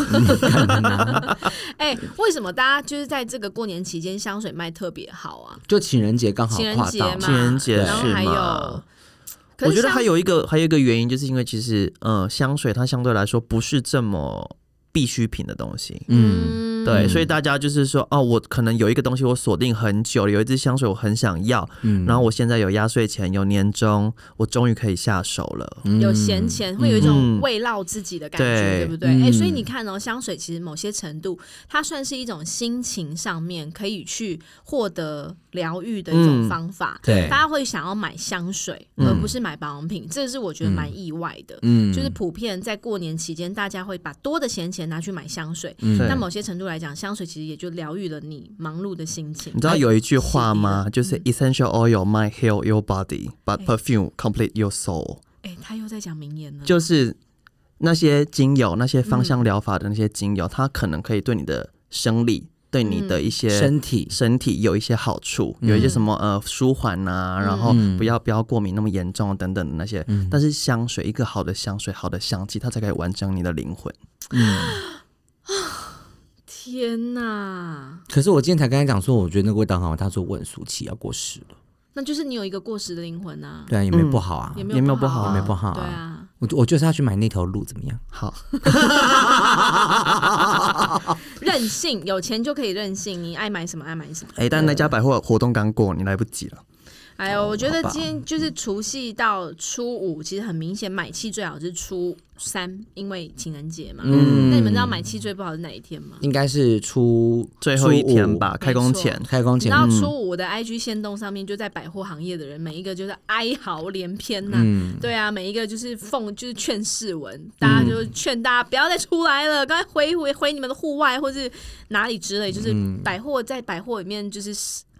Speaker 3: 哎、为什么大家就是在这个过年期间香水卖特别好啊？
Speaker 4: 就情人节刚好
Speaker 3: 情人
Speaker 4: 跨
Speaker 3: 节
Speaker 4: 到
Speaker 3: 嘛，
Speaker 2: 情人节
Speaker 3: 然后
Speaker 2: 是
Speaker 3: 还有
Speaker 2: 吗，
Speaker 3: 可
Speaker 2: 我
Speaker 3: 是
Speaker 2: 觉得
Speaker 3: 香
Speaker 2: 还有一个还有一个原因，就是因为其实嗯、呃香水它相对来说不是这么必需品的东西，
Speaker 4: 嗯，
Speaker 3: 嗯
Speaker 2: 对，所以大家就是说，哦，我可能有一个东西我锁定很久了，有一支香水我很想要，
Speaker 3: 嗯
Speaker 4: 嗯
Speaker 2: 然后我现在有压岁钱，有年终，我终于可以下手了。
Speaker 3: 有闲钱，会有一种
Speaker 2: 嗯
Speaker 3: 慰劳自己的感觉，
Speaker 2: 对嗯
Speaker 3: 对不对？哎、所以你看哦，香水其实某些程度，它算是一种心情上面可以去获得疗愈的一种
Speaker 2: 嗯
Speaker 3: 方法。
Speaker 4: 对
Speaker 3: 大家会想要买香水，而不是买保养品，这是我觉得蛮意外的。
Speaker 4: 嗯
Speaker 3: 就是普遍在过年期间，大家会把多的闲钱拿去买香水。
Speaker 4: 嗯
Speaker 2: 对
Speaker 3: 那某些程度来讲，香水其实也就疗愈了你忙碌的心情
Speaker 2: 你。知道有一句话
Speaker 3: 哎是
Speaker 2: 吗？就是 essential oil might heal your body, but
Speaker 3: 哎
Speaker 2: perfume complete your soul。
Speaker 3: 哎，他又在讲名言了，
Speaker 2: 就是那些精油、那些芳香疗法的那些精油，它可能可以对你的生理、对你的一些
Speaker 4: 身体
Speaker 2: 身体有一些好处，有一些什么呃舒缓啊，然后不要不要过敏那么严重啊等等的那些。但是香水，一个好的香水、好的香气，它才可以完整你的灵魂。
Speaker 3: 天哪！
Speaker 4: 可是我今天才跟他讲说，我觉得那个味道很好，他说我很俗气，要过时了。
Speaker 3: 那就是你有一个过时的灵魂啊，
Speaker 4: 对啊，也没不好啊。
Speaker 3: 也
Speaker 2: 也
Speaker 3: 没
Speaker 2: 没
Speaker 3: 有
Speaker 2: 有
Speaker 3: 不
Speaker 2: 不
Speaker 3: 好
Speaker 2: 好
Speaker 3: 啊，
Speaker 2: 啊也没
Speaker 4: 不好啊
Speaker 3: 对啊。
Speaker 4: 我我就是要去买那条路，怎么样？
Speaker 2: 好，
Speaker 3: 任性，有钱就可以任性，你爱买什么爱买什么。
Speaker 2: 哎、但那家百货活动刚过，你来不及了。
Speaker 3: 哎
Speaker 2: 哦
Speaker 3: 呦，我觉得
Speaker 4: 好吧
Speaker 3: 今天就是除夕到初五，其实很明显买气最好是初三，因为情人节嘛。
Speaker 2: 嗯
Speaker 3: 那你们知道买气最不好是哪一天吗？
Speaker 4: 应该是初
Speaker 2: 最后一天吧，，开工
Speaker 3: 没错
Speaker 2: 前
Speaker 4: 初五。开工
Speaker 3: 你知
Speaker 2: 嗯
Speaker 4: 前。
Speaker 3: 道初五我的 IG 线动上面，就在百货行业的人，每一个就是哀嚎连篇呐、
Speaker 2: 嗯
Speaker 3: 对啊，每一个就是奉就是劝世文，大家就是劝大家不要再出来了，赶快回回回你们的户外或是哪里之类，就是
Speaker 2: 嗯
Speaker 3: 百货在百货里面就是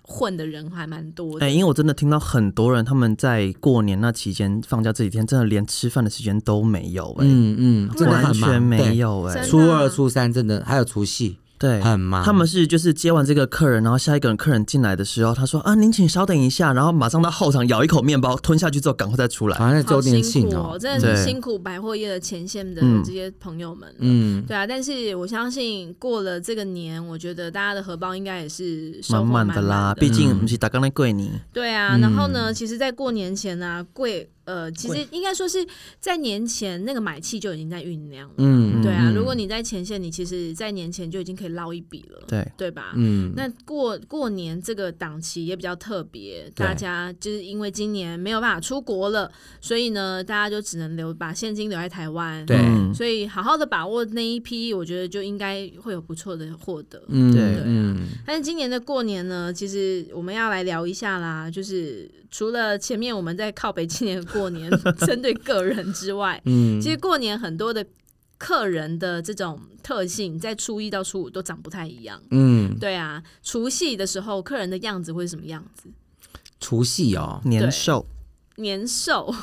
Speaker 3: 混的人还蛮多的。
Speaker 2: 哎、因为我真的听到很多人他们在过年那期间放假这几天，真的连吃饭的时间都没有、哎、
Speaker 4: 嗯嗯，真的
Speaker 2: 完
Speaker 4: 很忙
Speaker 2: 全没。有
Speaker 3: 真
Speaker 2: 哎、
Speaker 3: 的
Speaker 4: 初二、初三真的还有除夕，
Speaker 2: 对，
Speaker 4: 很忙。
Speaker 2: 他们是就是接完这个客人，然后下一个客人进来的时候，他说啊，您请稍等一下，然后马上到后场咬一口面包，吞下去之后赶快再出来。
Speaker 4: 好像在
Speaker 3: 好
Speaker 4: 周年
Speaker 3: 辛
Speaker 4: 庆
Speaker 3: 苦
Speaker 4: 哦。
Speaker 3: 真的是
Speaker 2: 对
Speaker 3: 辛苦百货业的前线的
Speaker 2: 嗯
Speaker 3: 这些朋友们。
Speaker 4: 嗯，
Speaker 3: 对啊，但是我相信过了这个年，我觉得大家的荷包应该也是收获
Speaker 2: 慢
Speaker 3: 满
Speaker 2: 的啦，
Speaker 3: 的
Speaker 2: 毕竟不是打刚来跪你，
Speaker 3: 对
Speaker 4: 嗯
Speaker 3: 啊，然后呢，其实，在过年前呢、啊，贵呃，其实应该说是在年前那个买气就已经在酝酿了。
Speaker 4: 嗯
Speaker 3: 对啊，如果你在前线，你其实，在年前就已经可以捞一笔了，
Speaker 2: 对
Speaker 3: 对吧？
Speaker 4: 嗯，
Speaker 3: 那过过年这个档期也比较特别，
Speaker 4: 对
Speaker 3: 大家就是因为今年没有办法出国了，所以呢，大家就只能留把现金留在台湾。
Speaker 4: 对
Speaker 2: 嗯
Speaker 3: 所以好好的把握那一批，我觉得就应该会有不错的获得。
Speaker 4: 嗯
Speaker 2: 对
Speaker 4: 嗯
Speaker 3: 但是今年的过年呢，其实我们要来聊一下啦，就是除了前面我们在靠北今年的过 年针对个人之外，
Speaker 4: 嗯
Speaker 3: 其实过年很多的客人的这种特性，在初一到初五都长不太一样。
Speaker 4: 嗯，
Speaker 3: 对啊，除夕的时候，客人的样子会是什么样子？
Speaker 4: 除夕哦，
Speaker 2: 年兽
Speaker 3: 年兽，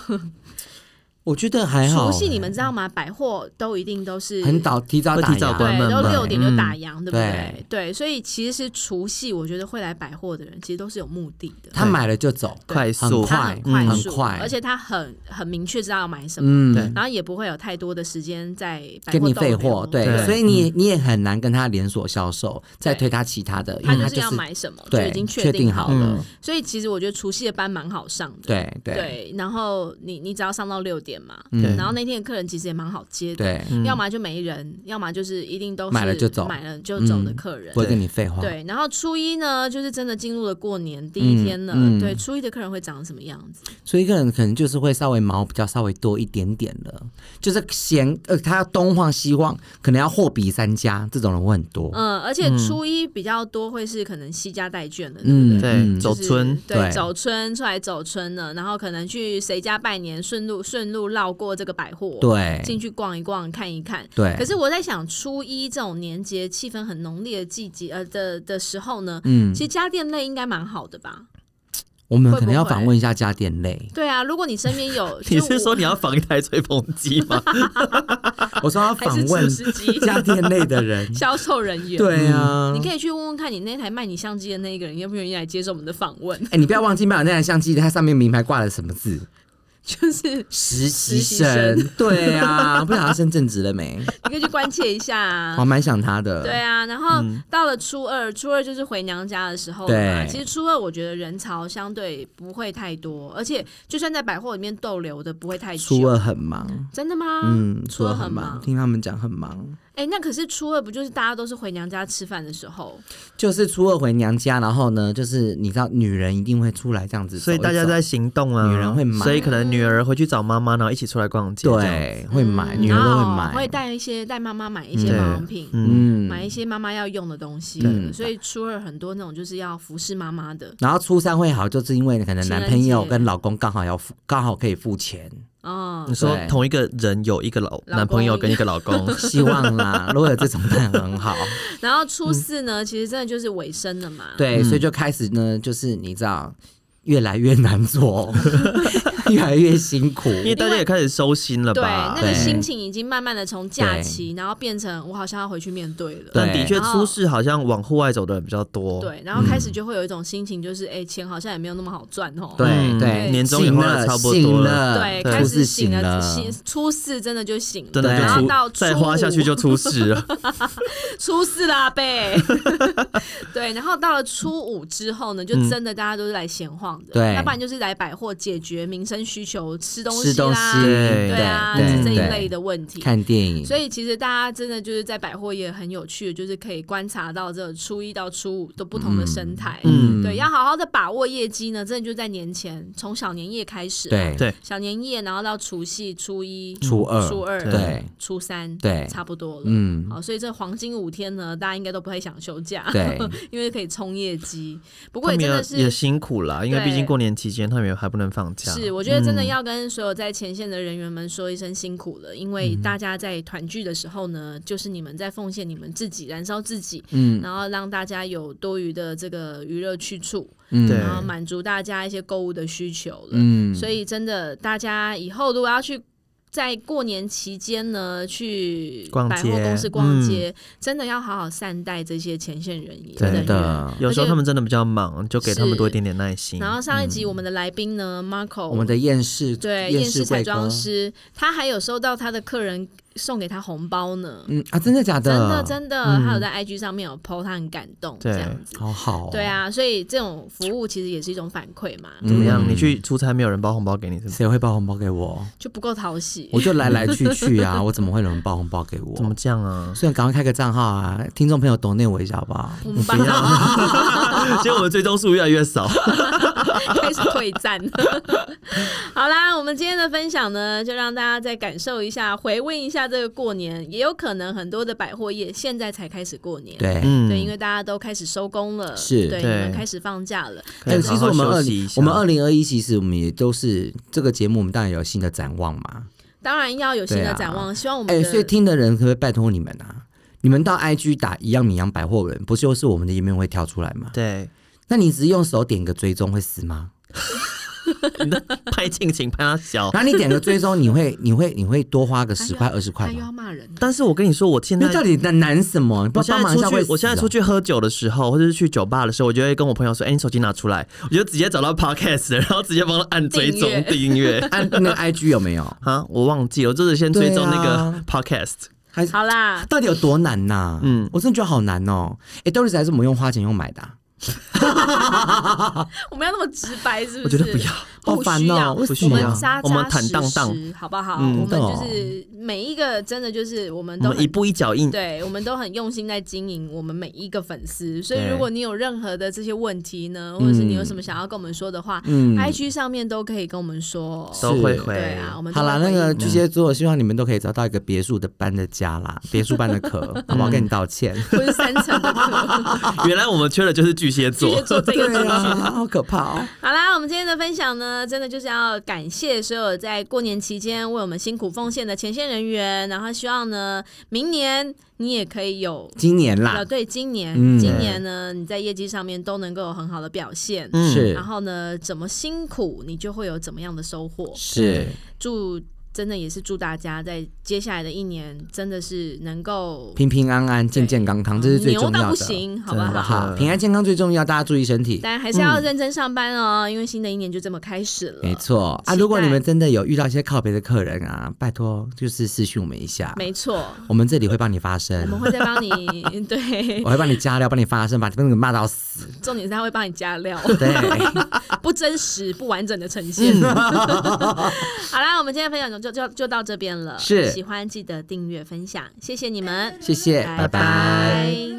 Speaker 4: 我觉得还好
Speaker 3: 除
Speaker 4: 欸。
Speaker 3: 夕你们知道吗？百货都一定都是
Speaker 4: 很早提早
Speaker 2: 会
Speaker 4: 打
Speaker 2: 提早
Speaker 4: 烊嗯
Speaker 2: 关
Speaker 3: 对，
Speaker 2: 门
Speaker 3: 都
Speaker 2: 嘛
Speaker 3: 六点就打烊，对不对
Speaker 4: 对？
Speaker 3: 对，所以其实除夕，我觉得会来百货的人，其实都是有目的的。
Speaker 4: 他买了就走，
Speaker 2: 快
Speaker 4: 很
Speaker 2: 速，
Speaker 3: 他很
Speaker 4: 快
Speaker 3: 快
Speaker 4: 嗯
Speaker 3: 速，
Speaker 4: 很快
Speaker 3: 而且他很很明确知道要买什么，
Speaker 4: 嗯，
Speaker 2: 对
Speaker 3: 然后也不会有太多的时间在百货嗯
Speaker 4: 跟你
Speaker 3: 逗
Speaker 4: 废
Speaker 3: 留
Speaker 4: 货，对，
Speaker 2: 对
Speaker 4: 所以你也你也很难跟他连锁销售，再推他其他的，因
Speaker 3: 他
Speaker 4: 为
Speaker 3: 就
Speaker 4: 他
Speaker 3: 是要
Speaker 4: 是
Speaker 3: 买什么，就
Speaker 4: 对
Speaker 3: 已经
Speaker 4: 确
Speaker 3: 定
Speaker 4: 定
Speaker 3: 好
Speaker 4: 好
Speaker 3: 了。
Speaker 2: 嗯
Speaker 3: 所以其实我觉得除夕的班蛮好上的，
Speaker 4: 对对
Speaker 3: 然后你你只要上到六点嘛，
Speaker 2: 对
Speaker 3: 然后那天的客人其实也蛮好接的，
Speaker 4: 对，嗯
Speaker 3: 要么就没人，要么就是一定都是
Speaker 4: 买了就走嗯
Speaker 3: 买了就走的客人。
Speaker 4: 不会跟你废话，
Speaker 3: 对，然后初一呢，就是真的进入了过年第一天了。
Speaker 4: 嗯嗯
Speaker 3: 对，初一的客人会长什么样子？
Speaker 4: 所以一个人可能就是会稍微毛比较稍微多一点点了，就是嫌呃他要东晃西晃，可能要货比三家，这种人会很多，
Speaker 3: 嗯，而且初一比较多会是可能惜家带眷的，对不对？
Speaker 4: 嗯，
Speaker 2: 对，
Speaker 4: 嗯
Speaker 2: 走
Speaker 3: 就是
Speaker 2: 村，
Speaker 3: 对，
Speaker 4: 对
Speaker 3: 走村出来走村了，然后可能去谁家拜年，顺路顺路绕过这个百货，，进
Speaker 4: 对
Speaker 3: 去逛一逛，看一看。
Speaker 4: 对，
Speaker 3: 可是我在想，初一这种年节气氛很浓烈的季节，呃的的时候呢，
Speaker 4: 嗯
Speaker 3: 其，实家电类应该蛮好的吧？
Speaker 4: 我们可能要访问一下家 电类，
Speaker 3: 对啊，如果你身边 有，
Speaker 2: 你
Speaker 3: 就是
Speaker 2: 说
Speaker 3: 我
Speaker 2: 你要仿一台吹风机吗？
Speaker 4: 我说要
Speaker 3: 还
Speaker 4: 访
Speaker 3: 是厨
Speaker 4: 问
Speaker 3: 师机，
Speaker 4: 家电类的人
Speaker 3: 销售人员？
Speaker 4: 对啊
Speaker 3: 嗯你。可以去问问看，你那台卖你相机的那一个人愿不愿意来接受我们的访问？
Speaker 4: 哎、你不要忘记，买有那台相机，它上面名牌挂了什么字？
Speaker 3: 就是你
Speaker 4: 实习
Speaker 3: 实习生
Speaker 4: 生，对啊，不想要升正职了没？
Speaker 3: 可以去关切一下、 啊。
Speaker 4: 我蛮想他的。
Speaker 3: 对啊，然后到了初二，初二就是回娘家的时候了嘛。
Speaker 4: 嗯对
Speaker 3: 其实初二我觉得人潮相对不会太多，而且就算在百货里面逗留的不会太久。
Speaker 4: 初二很忙，
Speaker 3: 真的吗？
Speaker 4: 嗯，
Speaker 3: 初
Speaker 4: 初
Speaker 3: 二
Speaker 4: 二
Speaker 3: 很
Speaker 4: 很
Speaker 3: 忙
Speaker 4: 忙，听他们讲很忙。
Speaker 3: 哎、那可是初二不就是大家都是回娘家吃饭的时候？
Speaker 4: 就是初二回娘家，然后呢，就是你知道女人一定会出来这样子走一走，
Speaker 2: 所以大家都在行动啊，
Speaker 4: 女人会买
Speaker 2: 所以可能女儿回去找妈妈，然后一起出来逛街，这样
Speaker 4: 对会买，女人都会
Speaker 3: 然后哦会
Speaker 4: 买，
Speaker 3: 带一些带妈妈买一些
Speaker 2: 对
Speaker 3: 保养品，
Speaker 2: 嗯，
Speaker 4: 嗯
Speaker 3: 买一些妈妈要用的东西，所以初二很多那种就是要服侍妈妈的
Speaker 4: 然后初三会好，就是因为可能男朋友跟老公刚好要付，刚好可以付钱，
Speaker 3: 哦
Speaker 2: 你。说
Speaker 4: 对
Speaker 2: 同一个人有一个老
Speaker 3: 公
Speaker 2: 男朋友跟一个老 公，
Speaker 4: 希望啦，如果有这种那很好。
Speaker 3: 然后
Speaker 4: 嗯
Speaker 3: 初四呢，其实真的就是尾声了嘛。
Speaker 4: 对，
Speaker 2: 嗯
Speaker 4: 所以就开始呢，就是你知道，越来越 难做，越来越辛苦。
Speaker 2: 因为大家也开始收心了
Speaker 3: 对，
Speaker 2: 吧？
Speaker 3: 那
Speaker 4: 对
Speaker 3: 个心情已经慢慢的从假期，然后变成我好像要回去面对了。
Speaker 2: 但
Speaker 4: 对
Speaker 2: 的确，
Speaker 3: 然后
Speaker 2: 出事好像往户外走的人比较多。
Speaker 3: 哦对，然后开始就会有一种心情，就是哎、钱好像也没有那么好赚哦。
Speaker 4: 对
Speaker 2: 嗯
Speaker 4: 对，
Speaker 2: 年终也
Speaker 4: 醒
Speaker 2: 花得
Speaker 4: 了
Speaker 2: 差不多
Speaker 4: 醒
Speaker 2: 了
Speaker 3: 对，
Speaker 2: 对
Speaker 3: 开
Speaker 4: 初
Speaker 3: 始
Speaker 4: 四
Speaker 3: 醒
Speaker 4: 醒
Speaker 3: 了，
Speaker 4: 了，
Speaker 3: 醒初四真的就醒了，
Speaker 2: 真的
Speaker 4: 对啊
Speaker 3: 然
Speaker 2: 就
Speaker 3: 后
Speaker 2: 出
Speaker 3: 到初
Speaker 2: 再花下去就出事了，
Speaker 3: 初四啦呗。 对，然后到了初五之后呢，就真的大家都是来闲晃的，
Speaker 4: 对
Speaker 3: 要不然就是来百货解决民生需求，吃东
Speaker 4: 吃东
Speaker 3: 啦，
Speaker 4: 西，
Speaker 2: 对
Speaker 3: 对啊，
Speaker 4: 对
Speaker 3: 这一
Speaker 4: 对
Speaker 3: 类的问题。
Speaker 4: 看电影，
Speaker 3: 所以其实大家真的就是在百货也很有趣，就是可以观察到这初一到初五都不同的生态。
Speaker 2: 嗯
Speaker 3: 对，要好好的把握业绩呢，真的就在年前，从小年夜开始、啊
Speaker 4: 对
Speaker 2: 对
Speaker 3: 小年夜，然后到除夕、初一、
Speaker 4: 初二
Speaker 3: 初二、
Speaker 4: 对
Speaker 3: 初三，
Speaker 4: 对
Speaker 3: 差不多了。
Speaker 4: 嗯
Speaker 3: 好，所以这黄金五天呢，大家应该都不太想休假，
Speaker 4: 对，
Speaker 3: 因为可以冲业绩。不过
Speaker 2: 他们
Speaker 3: 也真
Speaker 2: 也
Speaker 3: 的
Speaker 2: 也
Speaker 3: 是。
Speaker 2: 辛苦啦，因为毕
Speaker 3: 对
Speaker 2: 竟过年期间他们也还不能放假。
Speaker 3: 是，我觉得
Speaker 4: 嗯
Speaker 3: 真的要跟所有在前线的人员们说一声辛苦了，因为
Speaker 4: 嗯
Speaker 3: 大家在团聚的时候呢，就是你们在奉献你们自己，燃烧自己，
Speaker 4: 嗯
Speaker 3: 然后让大家有多余的这个娱乐去处，
Speaker 4: 嗯
Speaker 2: 对
Speaker 3: 然后满足大家一些购物的需求了。
Speaker 4: 嗯，
Speaker 3: 所以真的，大家以后如果要去在过年期间呢，去
Speaker 2: 逛
Speaker 3: 百货
Speaker 2: 街
Speaker 3: 公司逛
Speaker 2: 嗯
Speaker 3: 街，真的要好好善待这些前线人员。
Speaker 4: 真
Speaker 3: 人员
Speaker 4: 的，
Speaker 2: 有时候
Speaker 3: 而且
Speaker 2: 他们真的比较忙，就给他
Speaker 3: 是
Speaker 2: 们多一点点耐心。
Speaker 3: 然后上一集我们的来宾呢、m a r c o
Speaker 4: 我们的厌世
Speaker 3: 对
Speaker 4: 厌
Speaker 3: 验视彩
Speaker 4: 贵
Speaker 3: 妆
Speaker 4: 哥，
Speaker 3: 师，他还有收到他的客人送给他红包呢，
Speaker 4: 嗯啊，真的假
Speaker 3: 真的
Speaker 4: 的？
Speaker 3: 真的，他有在 IG 上面有 PO，他很感动这
Speaker 2: 对
Speaker 3: 样子。
Speaker 4: 好好、哦，
Speaker 3: 对，啊，所以这种服务其实也是一种反馈嘛，
Speaker 2: 怎么样？
Speaker 4: 嗯
Speaker 2: 你去出差没有人包红包给你，是不是？
Speaker 4: 谁会包红包给我？
Speaker 3: 就不够讨喜。
Speaker 4: 我就来来去去啊，我怎么会有人包红包给
Speaker 2: 怎么
Speaker 4: 我？
Speaker 2: 这样 啊？
Speaker 4: 虽然赶快开个账号啊，听众朋友懂内我一下好不好？
Speaker 3: 我们班长
Speaker 2: 结果我们最终数越来越少。
Speaker 3: 开始退战。好啦，我们今天的分享呢，就让大家再感受一下，回味一下这个过年。也有可能很多的百货业现在才开始过年，
Speaker 4: 对，
Speaker 2: 嗯，
Speaker 3: 对因为大家都开始收工了，
Speaker 4: 是
Speaker 3: 对，
Speaker 2: 对
Speaker 3: 你们开始放假了。
Speaker 2: 可以
Speaker 4: 哎其实
Speaker 2: 好好
Speaker 4: 我们
Speaker 2: 休
Speaker 4: 二
Speaker 2: 息一下
Speaker 4: 我们二零二一，其实我们也都是这个节目，我们当然有新的展望嘛。
Speaker 3: 当然要有新的展望，希望我们
Speaker 4: 哎、
Speaker 3: 的、
Speaker 4: 所以听的人可不可以拜托你们啊？你们到 IG 打一样米阳百货人，不就是我们的页面会跳出来吗？
Speaker 2: 对，
Speaker 4: 那你只用手点个追踪会死吗？
Speaker 2: 你的拍近情拍他小。
Speaker 4: 然后你点个追踪，你会你会你会多花个
Speaker 3: 哎
Speaker 4: 十块二十
Speaker 3: 他
Speaker 4: 块
Speaker 3: 又
Speaker 4: 吗
Speaker 3: 要？骂人啊了，
Speaker 2: 但是我跟你说，我现在
Speaker 4: 那到底难难什么？你不
Speaker 2: 我
Speaker 4: 帮
Speaker 2: 现在
Speaker 4: 忙一
Speaker 2: 出
Speaker 4: 下会
Speaker 2: 去
Speaker 4: 死，哦
Speaker 2: 我现在出去喝酒的时候，或者是去酒吧的时候，我就会跟我朋友说：“哎、你手机拿出来。” 我就直接找到 podcast，然后直接帮他按追
Speaker 3: 订阅
Speaker 2: 踪订阅。
Speaker 4: 按啊那个 IG 有没有？
Speaker 2: 啊，我忘记了，我就是先追踪那
Speaker 4: 对
Speaker 2: 个
Speaker 4: 啊
Speaker 2: podcast。
Speaker 4: 还是
Speaker 3: 好啦，
Speaker 4: 到底有多难呐、嗯
Speaker 2: 嗯，
Speaker 4: 我真的觉得好难哦。哎，豆丽子还是我们用花钱用买的啊、
Speaker 3: 我们要那么直白是不是？
Speaker 2: 我觉得不要，
Speaker 4: 好
Speaker 3: 不需
Speaker 4: 烦
Speaker 3: 要，
Speaker 4: 哦为什
Speaker 3: 我
Speaker 4: 么
Speaker 3: 们
Speaker 4: 啊
Speaker 3: 扎扎
Speaker 2: 我们坦荡荡
Speaker 3: 实实好不好？
Speaker 2: 嗯
Speaker 3: 我们
Speaker 4: 真的哦
Speaker 3: 就是每一个真的就是我们
Speaker 2: 我
Speaker 3: 都
Speaker 2: 们一
Speaker 3: 很。
Speaker 2: 步一脚印。
Speaker 3: 对，我们都很用心在经营我们每一个粉丝，所以
Speaker 2: 对
Speaker 3: 如果你有任何的这些问题呢，或者是你有什么想要跟我们说的话、
Speaker 4: 嗯
Speaker 3: i g 上面都可以跟我们说。
Speaker 2: 都会回
Speaker 3: 对啊，我们都
Speaker 4: 好啦，
Speaker 3: 会
Speaker 4: 那
Speaker 3: 回应
Speaker 4: 个
Speaker 3: 的
Speaker 4: 巨蟹座，希望你们都可以找到一个别墅的搬的家 啦，别墅搬的壳，好不好？跟你道歉。
Speaker 3: 不是三层的课，
Speaker 2: 原来我们缺的就是巨蟹
Speaker 3: 巨蟹
Speaker 2: 座。
Speaker 3: 座这个
Speaker 4: 对
Speaker 3: 东西
Speaker 4: 啊，好可怕哦！
Speaker 3: 好啦，我们今天的分享呢，真的就是要感谢所有在过年期间为我们辛苦奉献的前线人员，然后希望呢，明年你也可以有。
Speaker 4: 今年啦
Speaker 3: 呃，，对，今年，
Speaker 4: 嗯
Speaker 3: 今年呢，你在业绩上面都能够有很好的表现，
Speaker 2: 嗯
Speaker 4: 是
Speaker 3: 然后呢，怎么辛苦，你就会有怎么样的收获。
Speaker 4: 是，
Speaker 3: 嗯祝真的也是祝大家在接下来的一年，真的是能够
Speaker 4: 平平安安、健健康康，这是最重
Speaker 3: 牛
Speaker 4: 要的，
Speaker 3: 到不行，好不
Speaker 2: 真
Speaker 4: 好不
Speaker 2: 的
Speaker 3: 好？
Speaker 4: 好？平安健康最重要，大家注意身体。
Speaker 3: 但还是要认真上班哦，因为新的一年就这么开始了。
Speaker 4: 嗯没错啊，
Speaker 3: 期
Speaker 4: 如果
Speaker 3: 待
Speaker 4: 你们真的有遇到一些靠别的客人啊，拜托就是私讯我们一下，
Speaker 3: 没错，
Speaker 4: 我们这里会帮你发
Speaker 3: 我
Speaker 4: 声，
Speaker 3: 们会再帮你 对
Speaker 4: 我，会帮你加料，帮你发声，把这个人骂到死。
Speaker 3: 重点是他会帮你加料，
Speaker 4: 对，
Speaker 3: 不真实、不完整的呈现。好啦，我们今天的分享就就就就到这边了。
Speaker 4: 是
Speaker 3: 喜欢记得订阅分享，谢谢你们，
Speaker 4: 谢谢，拜拜
Speaker 3: 拜